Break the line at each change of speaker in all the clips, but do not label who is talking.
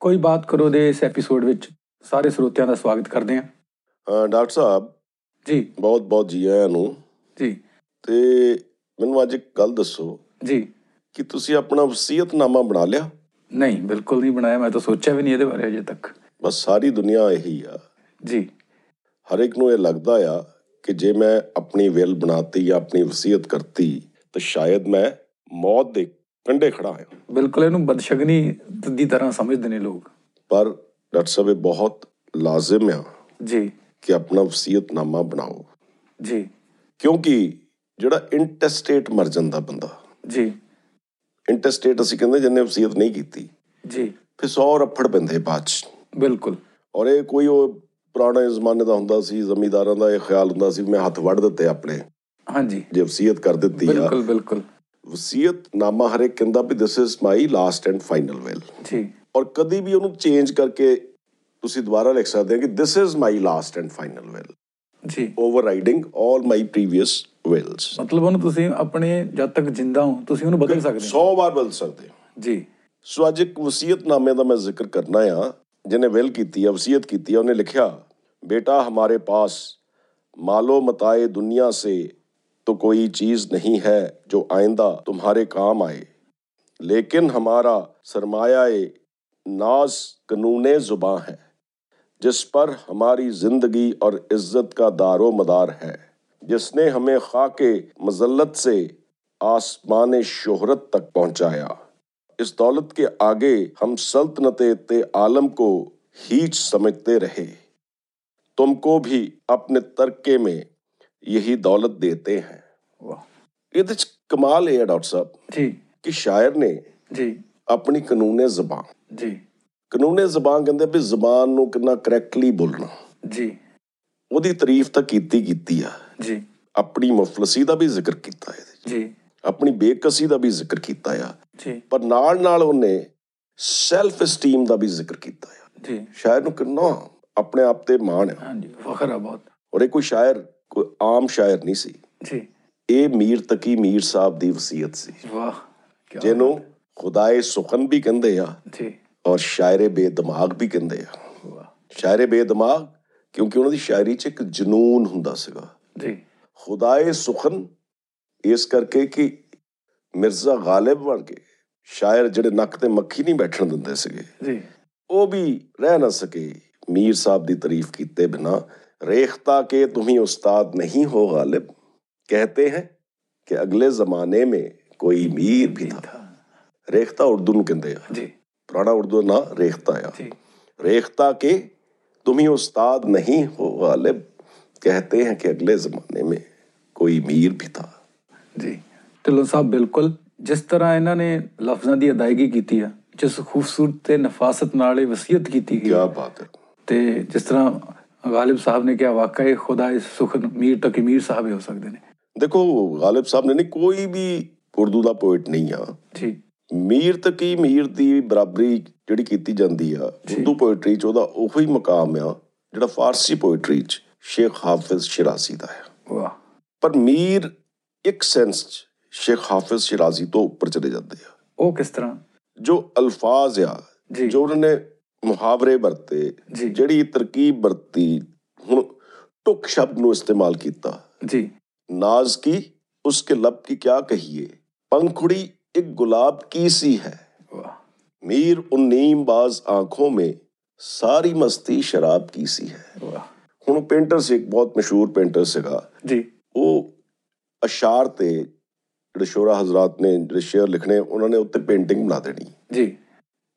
ਕੋਈ ਬਾਤ ਕਰੋ ਦੇ ਇਸ ਐਪੀਸੋਡ ਵਿੱਚ ਸਾਰੇ ਸਰੋਤਿਆਂ ਦਾ ਸਵਾਗਤ ਕਰਦੇ ਹਾਂ
ਅਹ ਡਾਕਟਰ ਸਾਹਿਬ
ਜੀ
ਬਹੁਤ ਬਹੁਤ ਜੀ ਆਇਆਂ ਨੂੰ
ਜੀ
ਤੇ ਮੈਨੂੰ ਅੱਜ ਇੱਕ ਗੱਲ ਦੱਸੋ
ਜੀ
ਕਿ ਤੁਸੀਂ ਆਪਣਾ ਵਸੀਅਤਨਾਮਾ ਬਣਾ ਲਿਆ
ਨਹੀਂ ਬਿਲਕੁਲ ਨਹੀਂ ਬਣਾਇਆ ਮੈਂ ਤਾਂ ਸੋਚਿਆ ਵੀ ਨਹੀਂ ਇਹਦੇ ਬਾਰੇ ਅਜੇ ਤੱਕ
ਬਸ ਸਾਰੀ ਦੁਨੀਆ ਇਹੀ ਆ
ਜੀ
ਹਰ ਇੱਕ ਨੂੰ ਇਹ ਲੱਗਦਾ ਆ ਕਿ ਜੇ ਮੈਂ ਆਪਣੀ ਵਿਲ ਬਣਾਤੀ ਜਾਂ ਆਪਣੀ ਵਸੀਅਤ ਕਰਤੀ ਤਾਂ ਸ਼ਾਇਦ ਮੈਂ ਮੌਤ ਦੇ ਕੰਢੇ ਖੜਾ ਆ
ਬਿਲਕੁਲ ਇਹਨੂੰ ਬਦਸ਼ਗਨੀ ਦੀ ਤਰ੍ਹਾਂ ਸਮਝਦੇ ਨੇ ਲੋਕ
ਪਰ ਡਾਕਟਰ ਸਾਹਿਬ ਇਹ ਬਹੁਤ ਲਾਜ਼ਮ ਆ
ਜੀ
ਕਿ ਆਪਣਾ ਵਸੀਅਤਨਾਮਾ ਬਣਾਓ
ਜੀ
ਕਿਉਂਕਿ ਜਿਹੜਾ ਇੰਟੈਸਟੇਟ ਮਰ ਜਾਂਦਾ ਬੰਦਾ
ਜੀ
ਇੰਟੈਸਟੇਟ ਅਸੀਂ ਕਹਿੰਦੇ ਜਿਹਨੇ ਵਸੀਅਤ ਨਹੀਂ ਕੀਤੀ
ਜੀ
ਫਿਰ 100 ਰੱਫੜ ਪੈਂਦੇ ਬਾਅਦ 'ਚ
ਬਿਲਕੁਲ
ਔਰ ਇਹ ਕੋਈ ਉਹ ਪੁਰਾਣੇ ਜ਼ਮਾਨੇ ਦਾ ਹੁੰਦਾ ਸੀ ਜ਼ਮੀਂਦਾਰਾਂ ਦਾ ਇਹ ਖਿਆਲ ਹੁੰਦਾ ਸੀ ਵੀ ਮੈਂ ਹੱਥ ਵੱਢ ਦਿੱਤੇ ਆਪਣੇ
ਹਾਂਜੀ
ਜੇ ਵਸੀਅਤ ਕਰ ਦਿੱਤੀ ਆ
ਬਿਲਕੁਲ ਬਿਲਕੁਲ
ਵਸੀਅਤ ਨਾਮਾ ਹਰੇਕ ਕਹਿੰਦਾ ਵੀ this is my last and final will
ਜੀ
ਔਰ ਕਦੀ ਵੀ ਉਹਨੂੰ ਚੇਂਜ ਕਰਕੇ ਤੁਸੀਂ ਦੁਬਾਰਾ ਲਿਖ ਸਕਦੇ ਹੋ ਕਿ this is my last and final will
ਜੀ
overriding all my previous wills
ਮਤਲਬ ਉਹਨੂੰ ਤੁਸੀਂ ਆਪਣੇ ਜਦ ਤੱਕ ਜਿੰਦਾ ਹੋ ਤੁਸੀਂ ਉਹਨੂੰ ਬਦਲ ਸਕਦੇ ਹੋ
100 ਵਾਰ ਬਦਲ ਸਕਦੇ ਹੋ।
ਜੀ
ਸੋ ਅੱਜ ਇੱਕ ਵਸੀਅਤ ਨਾਮੇ ਦਾ ਮੈਂ ਜ਼ਿਕਰ ਕਰਨਾ ਆ ਜਿਹਨੇ ਵਿਲ ਕੀਤੀ ਆ ਵਸੀਅਤ ਕੀਤੀ ਆ ਉਹਨੇ ਲਿਖਿਆ ਬੇਟਾ ਹਮਾਰੇ ਪਾਸ ਮਾਲੋ ਮਤਾਏ ਦੁਨੀਆ ਸੇ तो कोई चीज नहीं है जो आइंदा तुम्हारे काम आए लेकिन हमारा सरमायाए नाज कानून जुबा है जिस पर हमारी जिंदगी और इज्जत का दारो मदार है जिसने हमें खाके मजल्लत से आसमान शोहरत तक पहुंचाया इस दौलत के आगे हम सल्तनत ते आलम को हीच समझते रहे तुमको भी अपने तरके में यही दौलत देते हैं
ਵਾਹ
ਇਹਦੇ ਚ ਕਮਾਲ ਇਹ ਹੈ ਡਾਕਟਰ ਸਾਹਿਬ
ਜੀ
ਕਿ ਸ਼ਾਇਰ ਨੇ
ਜੀ
ਆਪਣੀ ਕਾਨੂੰਨੇ ਜ਼ਬਾਨ
ਜੀ
ਕਾਨੂੰਨੇ ਜ਼ਬਾਨ ਕਹਿੰਦੇ ਵੀ ਜ਼ਬਾਨ ਨੂੰ ਕਿੰਨਾ ਕਰੈਕਟਲੀ ਬੋਲਣਾ
ਜੀ
ਉਹਦੀ ਤਾਰੀਫ ਤਾਂ ਕੀਤੀ ਕੀਤੀ ਆ
ਜੀ
ਆਪਣੀ ਮੁਫਲਸੀ ਦਾ ਵੀ ਜ਼ਿਕਰ ਕੀਤਾ ਇਹਦੇ 'ਚ,
ਜੀ
ਆਪਣੀ ਬੇਕਸੀ ਦਾ ਵੀ ਜ਼ਿਕਰ ਕੀਤਾ ਆ
ਜੀ
ਪਰ ਨਾਲ ਨਾਲ ਉਹਨੇ ਸੈਲਫ esteem ਦਾ ਵੀ ਜ਼ਿਕਰ ਕੀਤਾ ਆ
ਜੀ
ਸ਼ਾਇਰ ਨੂੰ ਕਿੰਨਾ ਆਪਣੇ ਆਪ ਤੇ ਮਾਣ ਆ
ਹਾਂਜੀ ਫਖਰ ਆ ਬਹੁਤ
ਔਰ ਇਹ ਕੋਈ ਸ਼ਾਇਰ ਕੋਈ ਆਮ ਸ਼ਾਇਰ ਨਹੀਂ ਸੀ
ਜੀ
ਇਹ ਮੀਰ ਤਕੀ ਮੀਰ ਸਾਹਿਬ ਦੀ ਵਸੀਅਤ ਸੀ
ਵਾਹ ਕਿਆ
ਜਿਹਨੂੰ ਖੁਦਾਏ ਸੁਖਨ ਵੀ ਕਹਿੰਦੇ ਆ
ਜੀ
ਔਰ ਸ਼ਾਇਰੇ ਬੇਦਿਮਾਗ ਵੀ ਕਹਿੰਦੇ ਆ
ਵਾਹ
ਸ਼ਾਇਰੇ ਬੇਦਿਮਾਗ ਕਿਉਂਕਿ ਉਹਨਾਂ ਦੀ ਸ਼ਾਇਰੀ 'ਚ ਇੱਕ ਜਨੂਨ ਹੁੰਦਾ ਸੀਗਾ
ਜੀ
ਖੁਦਾਏ ਸੁਖਨ ਇਸ ਕਰਕੇ ਕਿ ਮਿਰਜ਼ਾ ਗਾਲਿਬ ਬਣ ਕੇ ਸ਼ਾਇਰ ਜਿਹੜੇ ਨੱਕ ਤੇ ਮੱਖੀ ਨਹੀਂ ਬੈਠਣ ਦਿੰਦੇ ਸੀਗੇ
ਜੀ
ਉਹ ਵੀ ਰਹਿ ਨਾ ਸਕੇ ਮੀਰ ਸਾਹਿਬ ਦੀ ਤਾਰੀਫ ਕੀਤੇ ਬਿਨਾ ਰੇਖਤਾ ਕੇ ਤੁਮੀ ਉਸਤਾਦ ਨਹੀਂ ਹੋ ਗਾਲਿਬ ਕਹਤੇ ਹੈ ਕਿ ਅਗਲੇ ਜ਼ਮਾਨੇ ਮੇਂ ਕੋਈ ਮੀਰ ਵੀ ਥਾ ਰੇਖਤਾ ਉਰਦੂ ਨੂੰ ਕਹਿੰਦੇ ਆ
ਜੀ
ਪੁਰਾਣਾ ਉਰਦੂ ਦਾ ਨਾਂ ਰੇਖਤਾ ਆ
ਜੀ
रेखता के तुम ही उस्ताद नहीं हो गालिब कहते हैं कि अगले जमाने में कोई मीर भी था
ਜੀ ਢਿੱਲੋਂ ਸਾਹਿਬ ਬਿਲਕੁਲ ਜਿਸ ਤਰ੍ਹਾਂ ਇਹਨਾਂ ਨੇ ਲਫ਼ਜ਼ਾਂ ਦੀ ਅਦਾਇਗੀ ਕੀਤੀ ਆ ਜਿਸ ਖੂਬਸੂਰਤ ਤੇ ਨਫਾਸਤ ਨਾਲ ਇਹ ਵਸੀਅਤ ਕੀਤੀ ਗਈ
क्या बात है
ਤੇ ਜਿਸ ਤਰ੍ਹਾਂ ਗਾਲਿਬ ਸਾਹਿਬ ਨੇ ਕਿਹਾ ਵਾਕਈ ਖੁਦਾ ਇਸ ਸੁਖਨ ਮੀਰ ਤੱਕ ਮੀਰ ਸਾਹਿਬ ਹੀ ਹੋ ਸਕਦੇ ਨੇ
देखो गालिब साहब ने नहीं कोई भी ਉਰਦੂ ਦਾ ਪੋਇਟ ਨਹੀਂ ਆ
ਜੀ
ਮੀਰ ਤਕੀ ਮੀਰ ਦੀ ਬਰਾਬਰੀ ਜਿਹੜੀ ਕੀਤੀ ਜਾਂਦੀ ਆ
ਜੀ।
ਉਰਦੂ ਪੋਇਟਰੀ ਚ ਉਹਦਾ ਉਹੀ ਮਕਾਮ ਆ ਜਿਹੜਾ ਫਾਰਸੀ ਪੋਇਟਰੀ ਚ ਸ਼ੇਖ ਹਾਫਿਜ਼ ਸ਼ਿਰਾਜ਼ੀ ਦਾ ਆ
ਵਾਹ
ਪਰ ਮੀਰ ਇੱਕ ਸੈਂਸ ਚ ਸ਼ੇਖ ਹਾਫਿਜ਼ ਸ਼ਿਰਾਜ਼ੀ ਤੋਂ ਉੱਪਰ ਚਲੇ ਜਾਂਦੇ ਆ
ਉਹ ਕਿਸ ਤਰ੍ਹਾਂ
ਜੋ ਅਲਫਾਜ਼ ਆ
ਜੀ
ਜੋ ਉਹਨਾਂ ਨੇ ਮੁਹਾਵਰੇ ਵਰਤੇ
ਜੀ
ਜਿਹੜੀ ਤਰਕੀਬ ਵਰਤੀ ਹੁਣ ਟੁਕ ਸ਼ਬਦ ਨੂੰ ਇਸਤੇਮਾਲ ਕੀਤਾ
ਜੀ
नाज की उसके लब की क्या कहिए पंखुड़ी एक गुलाब की सी है
ਵਾਹ
मीर उन नीम बाज आंखों में सारी मस्ती शराब की सी है
ਵਾਹ
ਹੁਣ ਉਹ ਪੇਂਟਰ ਸੀ ਇੱਕ ਬਹੁਤ ਮਸ਼ਹੂਰ ਪੇਂਟਰ ਸੀਗਾ
ਜੀ
ਉਹ ਅਸ਼ਾਰ ਤੇ ਜਿਹੜੇ ਸ਼ੋਰਾ ਹਜ਼ਰਤ ਨੇ ਜਿਹੜੇ ਸ਼ੇਅਰ ਲਿਖਣੇ ਉਹਨਾਂ ਨੇ ਉੱਤੇ ਪੇਂਟਿੰਗ ਬਣਾ ਦੇਣੀ ਤੇ
ਜੀ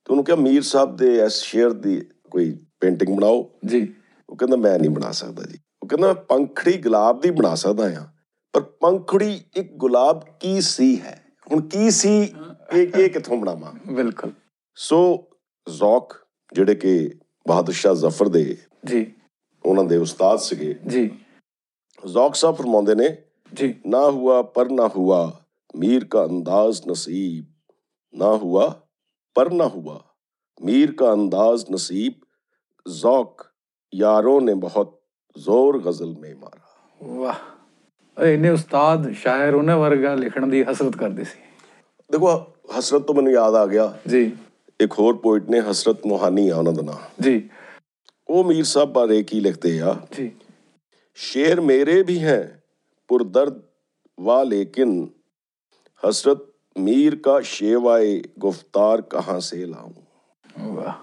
ਉਹਨੂੰ ਕਿਹਾ ਮੀਰ ਸਾਹਿਬ ਦੇ ਇਸ ਸ਼ੇਅਰ ਦੀ ਕੋਈ ਪੇਂਟਿੰਗ ਬਣਾਓ
ਜੀ
ਉਹ ਕਹਿੰਦਾ ਮੈਂ ਨਹੀਂ ਬਣਾ ਸਕਦਾ ਜੀ ਉਹ ਕਹਿੰਦਾ ਮੈਂ ਪੰਖੜੀ ਗੁਲਾਬ ਦੀ ਬਣਾ ਸਕਦਾ ਆ ਪਰ ਪੰਖੜੀ ਇੱਕ ਗੁਲਾਬ ਕੀ ਸੀ ਹੈ ਹੁਣ ਕੀ ਸੀ ਇਹ ਇਹ ਕਿੱਥੋਂ ਬਣਾਵਾਂ
ਬਿਲਕੁਲ
ਸੋ ਜ਼ੌਕ ਜਿਹੜੇ ਕਿ ਬਹਾਦਰ ਸ਼ਾਹ ਜ਼ਫਰ ਦੇ
ਜੀ
ਉਹਨਾਂ ਦੇ ਉਸਤਾਦ ਸੀਗੇ
ਜੀ
ਜ਼ੌਕ ਸਾਹਿਬ ਫਰਮਾਉਂਦੇ ਨੇ
ਜੀ
ਨਾ ਹੁਆ ਪਰ ਨਾ ਹੁਆ ਮੀਰ ਕਾ ਅੰਦਾਜ਼ ਨਸੀਬ ਨਾ ਹੁਆ ਪਰ ਨਾ ਹੁਆ ਮੀਰ ਕਾ ਅੰਦਾਜ਼ ਨਸੀਬ ਜ਼ੌਕ ਯਾਰੋਂ ਨੇ ਬਹੁਤ ਜ਼ੋਰ ਗਜ਼ਲ ਮੇ ਮਾਰਾ
ਵਾਹ ਇਹ ਇੰਨੇ ਉਸਤਾਦ ਸ਼ਾਇਰ ਉਹਨਾਂ ਵਰਗਾ ਲਿਖਣ ਦੀ ਹਸਰਤ ਕਰਦੇ ਸੀ
ਦੇਖੋ ਹਸਰਤ ਤੋਂ ਮੈਨੂੰ ਯਾਦ ਆ ਗਿਆ
ਜੀ
ਇੱਕ ਹੋਰ ਪੋਇਟ ਨੇ ਹਸਰਤ ਮੋਹਾਨੀ ਆ ਉਹਨਾਂ ਦਾ ਨਾਂ
ਜੀ
ਉਹ ਮੀਰ ਸਾਹਿਬ ਬਾਰੇ ਕੀ ਲਿਖਦੇ ਆ
ਜੀ
शेर मेरे भी हैं पुरदर्द वा लेकिन हसरत मीर का शेवाए गुफ्तार कहाँ से लाऊं
ਵਾਹ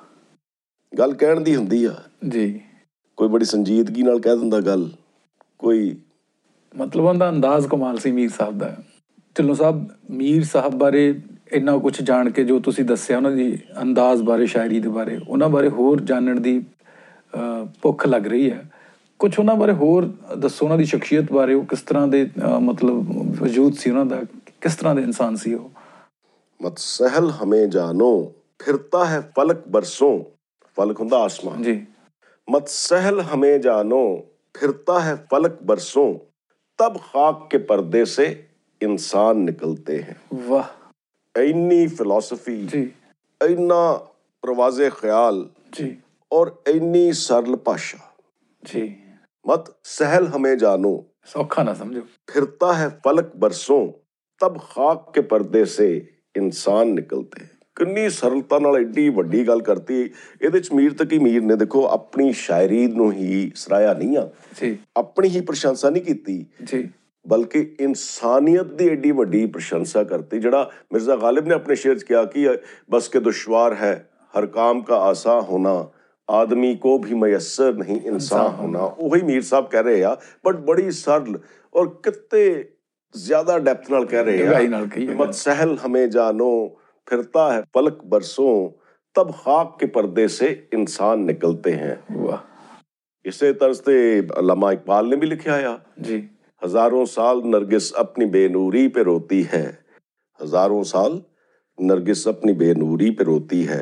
ਗੱਲ ਕਹਿਣ ਦੀ ਹੁੰਦੀ ਆ
ਜੀ
ਕੋਈ ਬੜੀ ਸੰਜੀਦਗੀ ਨਾਲ ਕਹਿ ਦਿੰਦਾ ਗੱਲ ਕੋਈ
ਮਤਲਬ ਉਹਦਾ ਅੰਦਾਜ਼ ਕਮਾਲ ਸੀ ਮੀਰ ਸਾਹਿਬ ਦਾ ਢਿੱਲੋਂ ਸਾਹਿਬ ਮੀਰ ਸਾਹਿਬ ਬਾਰੇ ਇੰਨਾ ਕੁਝ ਜਾਣ ਕੇ ਜੋ ਤੁਸੀਂ ਦੱਸਿਆ ਉਹਨਾਂ ਦੀ ਅੰਦਾਜ਼ ਬਾਰੇ ਸ਼ਾਇਰੀ ਦੇ ਬਾਰੇ ਉਹਨਾਂ ਬਾਰੇ ਹੋਰ ਜਾਣਨ ਦੀ ਅ, ਭੁੱਖ ਲੱਗ ਰਹੀ ਹੈ ਕੁਝ ਉਹਨਾਂ ਬਾਰੇ ਹੋਰ ਦੱਸੋ ਉਹਨਾਂ ਦੀ ਸ਼ਖਸੀਅਤ ਬਾਰੇ ਉਹ ਕਿਸ ਤਰ੍ਹਾਂ ਦੇ ਅ, ਮਤਲਬ ਵਜੂਦ ਸੀ ਉਹਨਾਂ ਦਾ ਕਿਸ ਤਰ੍ਹਾਂ ਦੇ ਇਨਸਾਨ ਸੀ ਉਹ
ਮਤ ਸਹਿਲ ਹਮੇ ਜਾਨੋ ਫਿਰਤਾ ਹੈ ਫਲਕ ਬਰਸੋਂ ਫਲਕ ਹੁੰਦਾ ਆਸਮਾਨ
ਜੀ
मत सहल हमें जानो फिरता है फलक बरसों तब खाक के पर्दे से इंसान निकलते हैं
ਵਾਹ
ਇੰਨੀ ਫਿਲਾਸਫੀ
ਜੀ
ਇੰਨਾ ਪ੍ਰਵਾਜ਼ੇ ਖਿਆਲ
ਜੀ
ਔਰ ਇੰਨੀ ਸਰਲ ਭਾਸ਼ਾ
ਜੀ
ਮਤ ਸਹਿਲ ਹਮੇ ਜਾਨੋ
ਸੌਖਾ ਨਾ ਸਮਝੋ
ਫਿਰਤਾ ਹੈ ਫਲਕ ਬਰਸੋਂ ਤਬ ਖਾਕ ਕੇ ਪਰਦੇ ਸੇ ਇਨਸਾਨ ਨਿਕਲਤੇ ਕਿੰਨੀ ਸਰਲਤਾ ਨਾਲ ਐਡੀ ਵੱਡੀ ਗੱਲ ਕਰਤੀ ਇਹਦੇ ਚ ਮੀਰ ਤਕੀ ਮੀਰ ਨੇ ਦੇਖੋ ਆਪਣੀ ਸ਼ਾਇਰੀ ਨੂੰ ਹੀ ਸਰਾਇਆ ਨਹੀਂ ਆ
ਜੀ
ਆਪਣੀ ਹੀ ਪ੍ਰਸ਼ੰਸਾ ਨਹੀਂ ਕੀਤੀ
ਜੀ
ਬਲਕਿ ਇਨਸਾਨੀਅਤ ਦੀ ਏਡੀ ਵੱਡੀ ਪ੍ਰਸ਼ੰਸਾ ਕਰਤੀ ਜਿਹੜਾ ਮਿਰਜ਼ਾ ਗਾਲਿਬ ਨੇ ਆਪਣੇ ਸ਼ੇਰ 'ਚ ਕਿਹਾ ਕਿ ਬਸ ਕੇ ਦੁਸ਼ਵਾਰ ਹੈ ਹਰ ਕਾਮ ਕਾ ਆਸਾ ਹੋਣਾ ਆਦਮੀ ਕੋ ਵੀ ਮਯਸਰ ਨਹੀਂ ਇਨਸਾਨ ਹੋਣਾ ਉਹੀ ਮੀਰ ਸਾਹਿਬ ਕਹਿ ਰਹੇ ਆ ਬਟ ਬੜੀ ਸਰਲ ਔਰ ਕਿਤੇ ਜ਼ਿਆਦਾ ਡੈਪਥ ਨਾਲ ਕਹਿ ਰਹੇ
ਡੂੰਘਾਈ
ਆ
ਨਾਲ ਕਹੀ ਹੈ
मत सहल हमें जानो फिरता है पलक बरसों तब खाक के पर्दे से इंसान निकलते हैं
ਵਾਹ
इसे तर्ज से अल्लामा इकबाल ने भी लिखा आ
ਜੀ
हजारों साल नरगिस अपनी बेनूरी पे रोती है हजारों साल नरगिस अपनी बेनूरी पे रोती है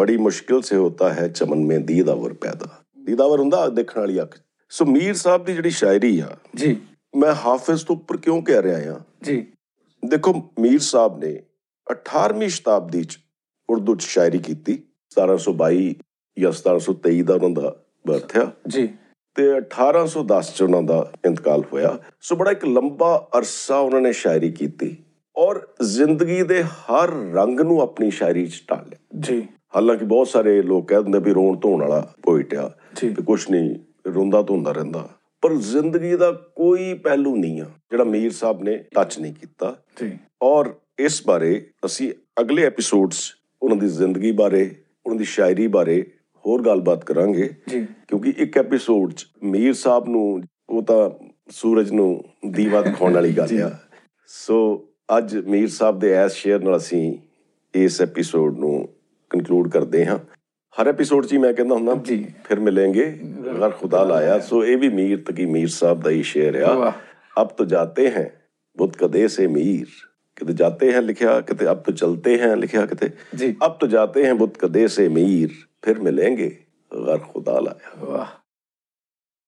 बड़ी मुश्किल से होता है चमन में दीदावर पैदा दीदावर ਹੁੰਦਾ ਦੇਖਣ ਵਾਲੀ ਅੱਖ ਸੋ ਮੀਰ ਸਾਹਿਬ ਦੀ ਜਿਹੜੀ ਸ਼ਾਇਰੀ ਆ
ਜੀ
ਮੈਂ ਹਾਫਿਜ਼ ਤੋਂ ਉੱਪਰ ਕਿਉਂ ਕਹਿ ਰਿਹਾ ਆ
ਜੀ
ਦੇਖੋ ਮੀਰ ਸਾਹਿਬ ਨੇ 18ਵੀਂ ਸ਼ਤਾਬਦੀ ਚ ਉਰਦੂ ਚ ਸ਼ਾਇਰੀ ਕੀਤੀ 1722 ਜਾਂ 1723 ਦਾ ਉਹਨਾਂ ਦਾ ਬਰਥ ਆ
ਜੀ
ਤੇ 1810 ਚ ਉਹਨਾਂ ਦਾ ਇੰਤਕਾਲ ਹੋਇਆ ਸੋ ਬੜਾ ਇੱਕ ਲੰਬਾ ਅਰਸਾ ਉਹਨਾਂ ਨੇ ਸ਼ਾਇਰੀ ਕੀਤੀ ਔਰ ਜ਼ਿੰਦਗੀ ਦੇ ਹਰ ਰੰਗ ਨੂੰ ਆਪਣੀ ਸ਼ਾਇਰੀ ਚ ਢਾਲ ਲਿਆ
ਜੀ
ਹਾਲਾਂਕਿ ਬਹੁਤ ਸਾਰੇ ਲੋਕ ਕਹਿ ਦਿੰਦੇ ਵੀ ਰੋਣ ਧੋਣ ਵਾਲਾ ਪੋਇਟ ਆ
ਜੀ
ਤੇ ਕੁਛ ਨਹੀਂ ਰੋਂਦਾ ਧੋਂਦਾ ਰਹਿੰਦਾ ਪਰ ਜ਼ਿੰਦਗੀ ਦਾ ਕੋਈ ਪਹਿਲੂ ਨਹੀਂ ਆ ਜਿਹੜਾ ਮੀਰ ਸਾਹਿਬ ਨੇ ਟੱਚ ਨਹੀਂ ਕੀਤਾ
ਜੀ
ਔਰ ਇਸ ਬਾਰੇ ਅਸੀਂ ਅਗਲੇ ਐਪੀਸੋਡਸ ਉਹਨਾਂ ਦੀ ਜ਼ਿੰਦਗੀ ਬਾਰੇ ਉਹਨਾਂ ਦੀ ਸ਼ਾਇਰੀ ਬਾਰੇ ਹੋਰ ਗੱਲਬਾਤ ਕਰਾਂਗੇ
ਜੀ
ਕਿਉਂਕਿ ਇੱਕ ਐਪੀਸੋਡ ਚ ਮੀਰ ਸਾਹਿਬ ਨੂੰ ਉਹ ਤਾਂ ਸੂਰਜ ਨੂੰ ਦੀਵਾ ਦਿਖਾਉਣ ਵਾਲੀ ਗੱਲ ਆ ਸੋ ਅੱਜ ਮੀਰ ਸਾਹਿਬ ਦੇ ਇਸ ਸ਼ੇਅਰ ਨਾਲ ਅਸੀਂ ਇਸ ਐਪੀਸੋਡ ਨੂੰ ਕਨਕਲੂਡ ਕਰਦੇ ਹਾਂ ਹਰ ਐਪੀਸੋਡ 'ਚ ਹੀ ਮੈਂ ਕਹਿੰਦਾ ਹੁੰਦਾ
ਜੀ।
ਫਿਰ ਮਿਲਾਂਗੇ ਅਗਰ ਖੁਦਾ ਲਾਇਆ ਸੋ ਇਹ ਵੀ ਮੀਰ ਤਕੀ ਮੀਰ ਸਾਹਿਬ ਦਾ ਹੀ ਸ਼ੇਅਰ ਆ
ਵਾਹ।
ਅਬ ਤੋ ਜਾਤੇ ਹੈ ਬੁੱਤ ਕਦੇ ਸੇ ਮੀਰ ਕਿਤੇ ਜਾਤੇ ਹੈ ਲਿਖਿਆ ਕਿਤੇ ਅਬ ਤੋ ਚਲਤੇ ਹੈ ਲਿਖਿਆ ਕਿਤੇ
ਜੀ
ਅਬ ਤੋ ਜਾਤੇ ਹੈ ਬੁੱਤ ਕਦੇ ਸੇ ਮੀਰ ਫਿਰ ਮਿਲਾਂਗੇ ਅਗਰ ਖੁਦਾ ਲਾਇਆ
ਵਾਹ